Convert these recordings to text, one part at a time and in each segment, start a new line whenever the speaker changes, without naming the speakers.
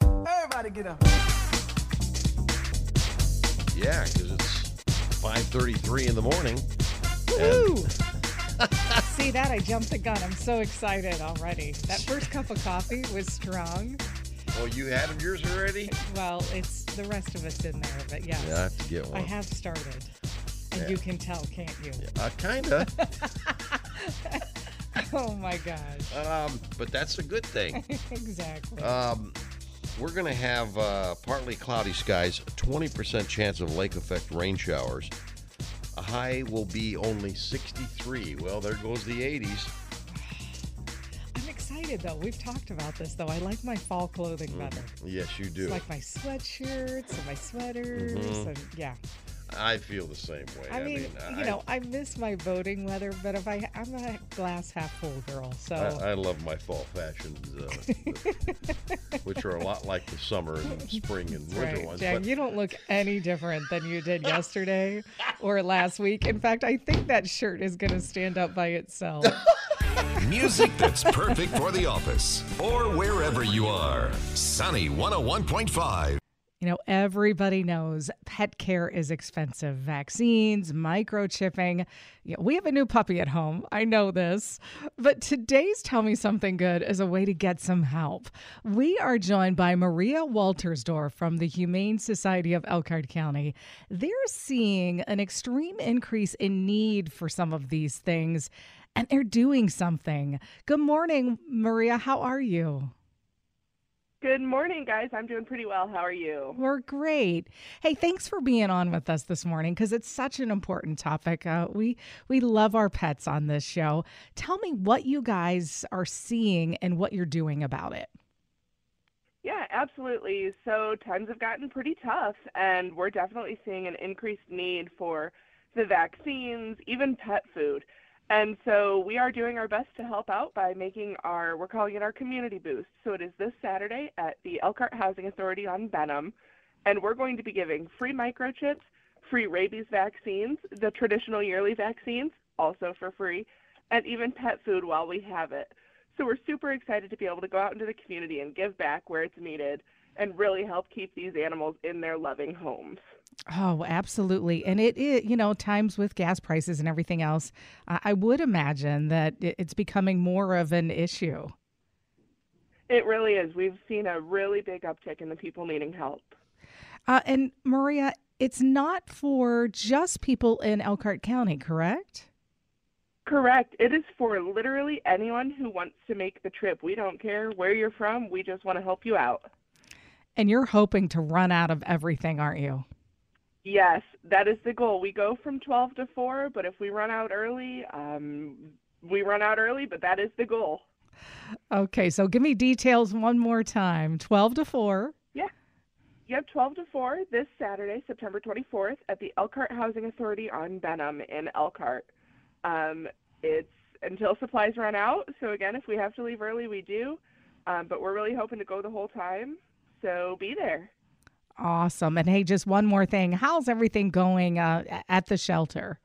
try to get up.
Yeah, because it's 5:33 in the morning.
Woo! See that? I jumped the gun. I'm so excited already. That first cup of coffee was strong.
Well, you had yours already.
Well, it's the rest of us in there, but yes,
Yeah, I have to get
I
one.
have started. And
Yeah.
you can tell, can't you?
Uh, kinda.
Oh my gosh.
um, but that's a good thing.
exactly.
Um, we're going to have uh, partly cloudy skies, a 20% chance of lake effect rain showers. A high will be only 63. Well, there goes the 80s.
I'm excited though. We've talked about this though. I like my fall clothing
Mm-hmm.
better.
Yes, you do.
It's like my sweatshirts and my sweaters
Mm-hmm.
and yeah.
I feel the same way.
I mean, you know, I miss my boating weather, but if I I'm a glass half full girl, so
I, I love my fall fashions, uh, which are a lot like the summer and spring and winter
Right.
ones.
Yeah,
but
you don't look any different than you did yesterday or last week. In fact, I think that shirt is going to stand up by itself.
Music that's perfect for the office or wherever you are. Sunny 101.5.
You know, everybody knows pet care is expensive. Vaccines, microchipping. Yeah, we have a new puppy at home. I know this. But today's Tell Me Something Good is a way to get some help. We are joined by Maria Waltersdorf from the Humane Society of Elkhart County. They're seeing an extreme increase in need for some of these things, and they're doing something. Good morning, Maria. How are you?
Good morning, guys. I'm doing pretty well. How are you?
We're great. Hey, thanks for being on with us this morning because it's such an important topic. Uh, we we love our pets on this show. Tell me what you guys are seeing and what you're doing about it.
Yeah, absolutely. So times have gotten pretty tough, and we're definitely seeing an increased need for the vaccines, even pet food. And so we are doing our best to help out by making our, we're calling it our community boost. So it is this Saturday at the Elkhart Housing Authority on Benham, and we're going to be giving free microchips, free rabies vaccines, the traditional yearly vaccines, also for free, and even pet food while we have it. So we're super excited to be able to go out into the community and give back where it's needed and really help keep these animals in their loving homes.
Oh, absolutely. And it, it you know, times with gas prices and everything else, I I would imagine that it- it's becoming more of an issue.
It really is. We've seen a really big uptick in the people needing help.
Uh, and Maria, it's not for just people in Elkhart County, correct?
Correct. It is for literally anyone who wants to make the trip. We don't care where you're from. We just want to help you out.
And you're hoping to run out of everything, aren't you?
Yes, that is the goal. We go from 12 to 4, but if we run out early, um, we run out early, but that is the goal.
Okay, so give me details one more time. 12 to 4.
Yep, 12 to 4 this Saturday, September 24th, at the Elkhart Housing Authority on Benham in Elkhart. Um, it's until supplies run out. So, again, if we have to leave early, we do. Um, but we're really hoping to go the whole time. So, be there.
Awesome. And hey, just one more thing. How's everything going uh, a- at the shelter?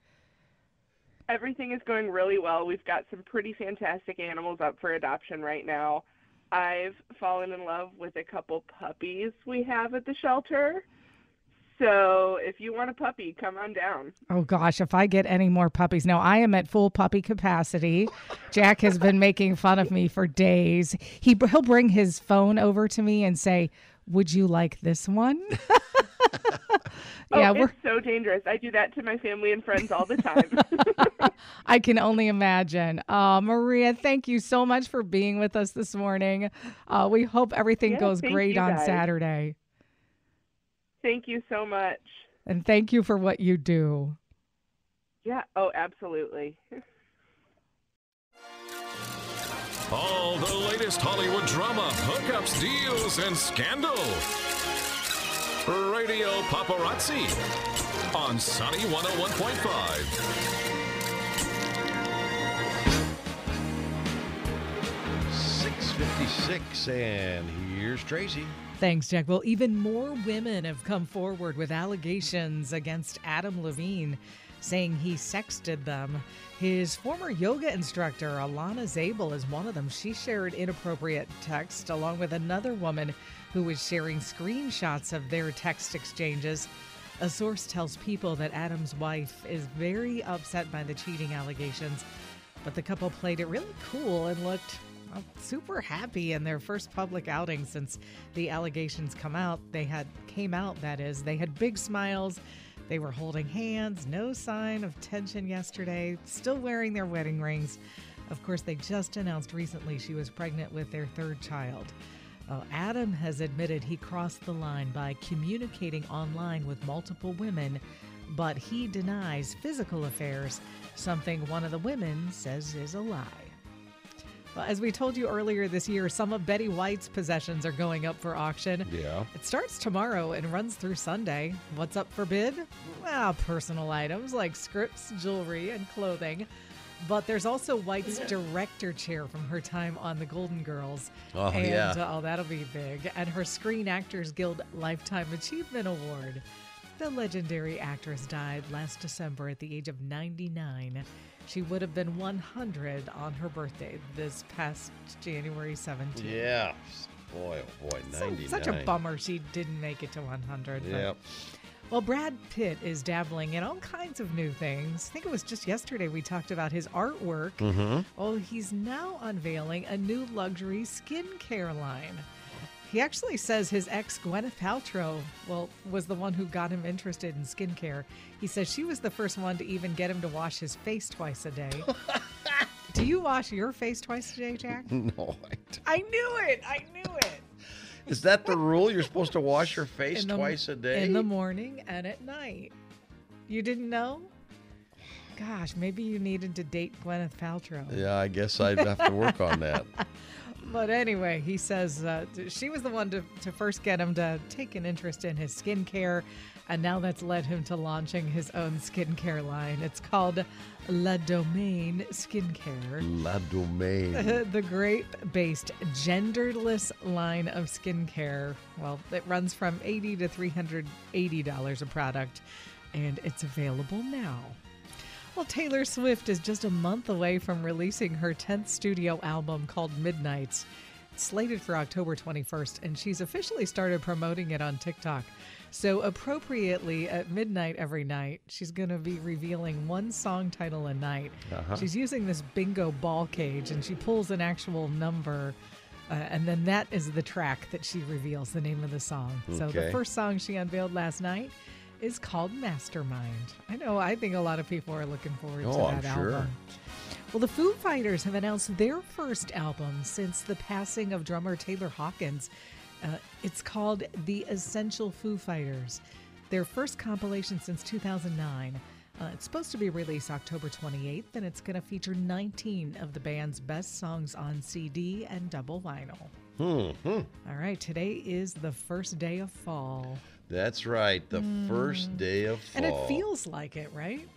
Everything is going really well. We've got some pretty fantastic animals up for adoption right now. I've fallen in love with a couple puppies we have at the shelter. So, if you want a puppy, come on down.
Oh gosh, if I get any more puppies. No, I am at full puppy capacity. Jack has been making fun of me for days. He he'll bring his phone over to me and say, "Would you like this one?"
Oh,
yeah, we're
it's so dangerous. I do that to my family and friends all the time.
I can only imagine. Uh, Maria, thank you so much for being with us this morning. Uh, we hope everything
Yeah,
goes
thank
great
you
on
guys.
Saturday.
Thank you so much.
And thank you for what you do.
Yeah. Oh, absolutely.
All the latest Hollywood drama, hookups, deals, and scandal. Radio Paparazzi on Sunny 101.5.
Six fifty-six, and here's Tracy.
Thanks, Jack. Well, even more women have come forward with allegations against Adam Levine. saying he sexted them. His former yoga instructor, Alana Zabel, is one of them. She shared inappropriate text along with another woman who was sharing screenshots of their text exchanges. A source tells people that Adam's wife is very upset by the cheating allegations, but the couple played it really cool and looked well, super happy in their first public outing since the allegations come out. They had came out that is, they had big smiles. They were holding hands, no sign of tension yesterday, still wearing their wedding rings. Of course, they just announced recently she was pregnant with their third child. Oh, Adam has admitted he crossed the line by communicating online with multiple women, but he denies physical affairs, something one of the women says is a lie. Well, as we told you earlier this year, some of Betty White's possessions are going up for auction.
Yeah.
It starts tomorrow and runs through Sunday. What's up for bid? Well, personal items like scripts, jewelry, and clothing. But there's also White's director chair from her time on The Golden Girls.
Oh,
and,
yeah.
uh, oh, that'll be big. And her Screen Actors Guild Lifetime Achievement Award. The legendary actress died last December at the age of 99. She would have been 100 on her birthday this past January 17th.
Yeah. Boy, oh boy,
So-
99.
Such a bummer she didn't make it to 100. but-
Yep.
Well, Brad Pitt is dabbling in all kinds of new things. I think it was just yesterday we talked about his artwork. Oh, he's now unveiling a new luxury skincare line. He actually says his ex Gwyneth Paltrow, well, was the one who got him interested in skincare. He says she was the first one to even get him to wash his face twice a day. Do you wash your face twice a day, Jack?
No, I don't.
I knew it. I knew it.
is that the rule? You're supposed to wash your face
In the-
twice a day.
in the morning and at night. You didn't know? Gosh, maybe you needed to date Gwyneth Paltrow.
yeah, I guess I'd have to work on that.
But anyway, he says uh, t- she was the one to, to first get him to take an interest in his skincare, and now that's led him to launching his own skincare line. It's called La Domaine Skincare.
La Domaine.
the grape based genderless line of skincare. Well, it runs from 80 to $380 a product, and it's available now. Well, Taylor Swift is just a month away from releasing her 10th studio album called Midnights. It's slated for October 21st, and she's officially started promoting it on TikTok. So, appropriately, at midnight every night, she's going to be revealing one song title a night. She's using this bingo ball cage, and she pulls an actual number. Uh, and then that is the track that she reveals the name of the song. So the
Okay.
first song she unveiled last night is called Mastermind. I know, I think a lot of people are looking forward
Oh,
to
I'm
that
sure.
album. Well, the Foo Fighters have announced their first album since the passing of drummer Taylor Hawkins. Uh, it's called The Essential Foo Fighters, their first compilation since 2009. Uh, it's supposed to be released October 28th, and it's going to feature 19 of the band's best songs on CD and double vinyl. All right, today is the first day of fall,
That's right. The first day of fall.
Mm. and it feels like it, right?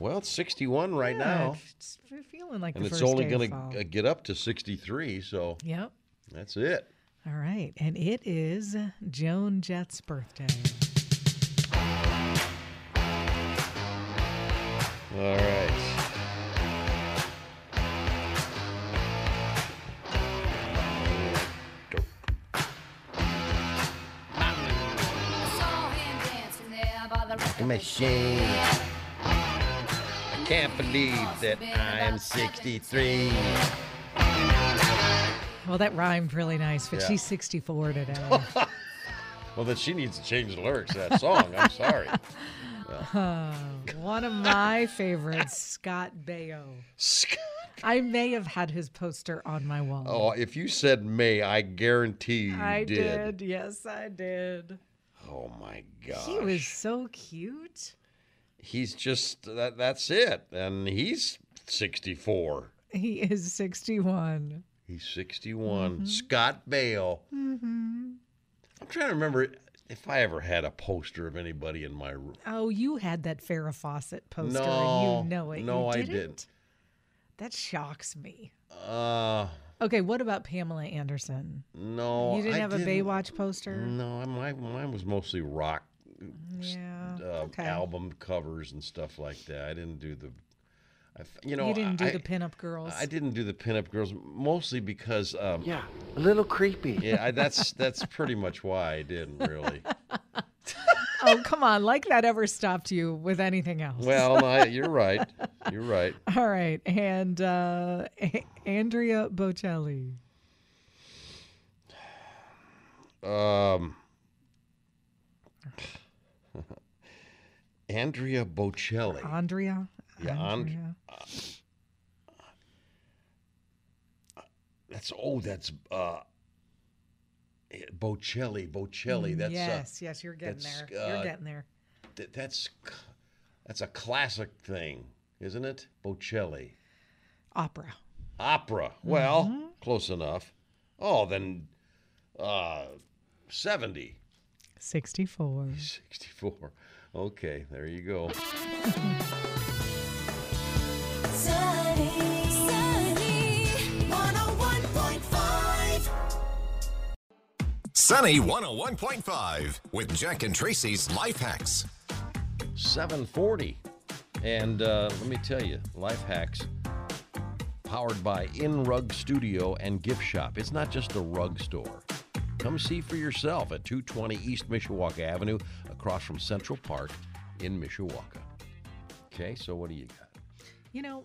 well. It's 61 right
Yeah,
now,
it's it's feeling like
and
the
it's
first
only
day
going
of fall.
to get up to 63. So
Yep.
that's it.
All right, and it is Joan Jett's birthday.
All right.
saw him dancing there by the record
Machine. I can't believe that I am 63.
Well, that rhymed really nice, but
Yeah. Oh,
she's 64 today.
Well, then she needs to change the lyrics to that song. I'm sorry.
Uh, One of my favorites, Scott Baio. I may have had his poster on my wall.
Oh, if you said May, I guarantee you
I
did.
did. Yes, I did.
Oh my gosh.
He was so cute.
He's just that that's it. And he's 64.
He is 61.
He's 61.
Mm-hmm.
Scott Bale. Mm-hmm. I'm trying to remember if I ever had a poster of anybody in my room.
Oh, you had that Farrah Fawcett poster,
No,
and you know it.
no,
You
I
didn't?
didn't.
That shocks me.
Uh,
Okay, what about Pamela Anderson?
no.
You didn't
Oh, I Mm,
have a Baywatch poster?
No, I- my, mine was mostly rock
Yeah.
uh, uh,
Okay.
album covers and stuff like that. I didn't do the, I, th- you know,
you didn't do
I,
the pinup girls.
I didn't do the pinup girls mostly because, um, yeah,
Yeah, a little creepy.
I, that's that's pretty much why I didn't really.
oh, come on. Like that ever stopped you with anything else.
Well, I, you're right. You're right.
All right. And uh, A- Andrea Bocelli.
Um, Andrea Bocelli.
Andrea.
Yeah, And- That's oh, that's uh, eh, Bocelli. Bocelli. That's
Mm,
uh,
yes, yes, you're getting
that's,
there. you're
uh,
getting there.
uh, th- that's c- that's a classic thing, isn't it? Bocelli.
Opera.
Opera. Well, close enough. Oh, then uh, 70.
64.
64. Okay, there you go.
Sunny, sunny, 101.5.
Sunny 101.5 with Jack and Tracy's Life Hacks.
740. And uh, let me tell you, life hacks powered by In Rug Studio and Gift Shop. It's not just a rug store. Come see for yourself at 220 East Mishawaka Avenue, across from Central Park in Mishawaka. Okay, so what do you got?
You know,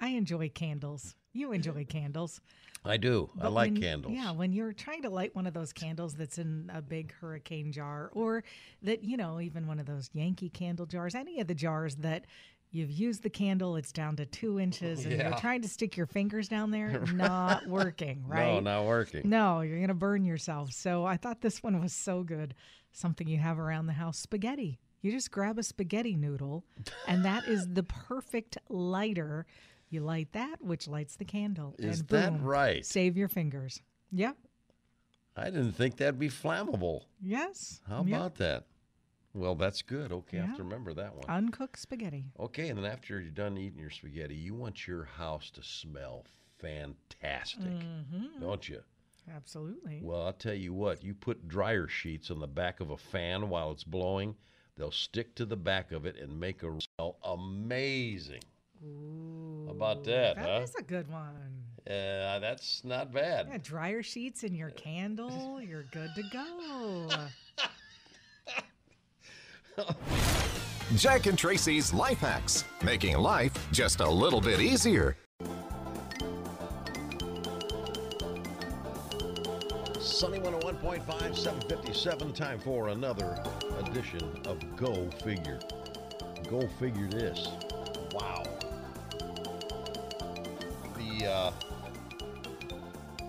I enjoy candles. You enjoy candles.
I do. I
But
like
when-
candles.
Yeah, when you're trying to light one of those candles that's in a big hurricane jar, or that, you know, even one of those Yankee candle jars, any of the jars that you've used the candle, it's down to two inches, and
Yeah.
you're trying to stick your fingers down there, not working, right?
No, not working.
No, you're going to burn yourself. So I thought this one was so good. Something you have around the house spaghetti. You just grab a spaghetti noodle, and that is the perfect lighter. You light that, which lights the candle.
Is
and
that
boom,
right?
Save your fingers. Yep.
I didn't think that'd be flammable.
Yes.
How
Yep.
about that? Well, that's good. Okay, I have
Yeah.
to remember that one.
uncooked spaghetti?
Okay, and then after you're done eating your spaghetti, you want your house to smell fantastic, don't you?
Absolutely.
Well, I'll tell you what, you put dryer sheets on the back of a fan while it's blowing, they'll stick to the back of it and make a smell amazing. How about that,
That
huh?
is a good one.
uh, that's not
Yeah,
bad.
dryer sheets and your candle, you're good to go.
Jack and Tracy's Life Hacks, making life just a little bit easier.
Sunny 101.5, 757, time for another edition of Go Figure. Go Figure This. Wow. The uh,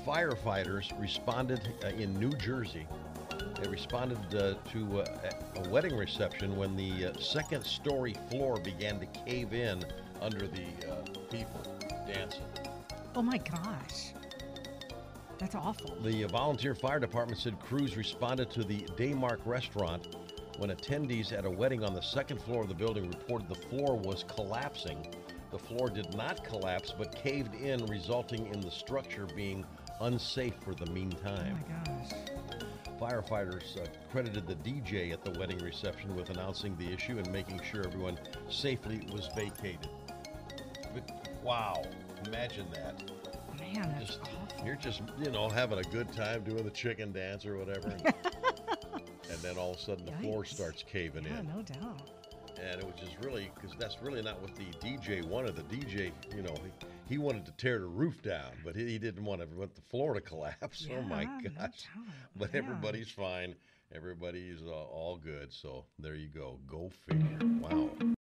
firefighters responded uh, in New Jersey. They responded uh, to uh, a a wedding reception when the uh, second story floor began to cave in under the uh, people dancing.
oh my gosh. That's awful.
The volunteer fire department said crews responded to the Daymark restaurant when attendees at a wedding on the second floor of the building reported the floor was collapsing. The floor did not collapse but caved in, resulting in the structure being unsafe for the
Oh
meantime.
my gosh.
Firefighters uh, credited the DJ at the wedding reception with announcing the issue and making sure everyone safely was vacated. But, wow, imagine that
Man, that's
just
awful.
you're just you know having a good time doing the chicken dance or whatever and, and then all of a sudden the floor
Yikes.
starts caving
Yeah,
in
no doubt.
and it was just really because that's really not what the dj wanted the dj you know he, he wanted to tear the roof down but he, he didn't want, to, want the floor to collapse oh my
Yeah, no
gosh
doubt.
but
Yeah.
everybody's fine everybody's uh, all good so there you go go figure wow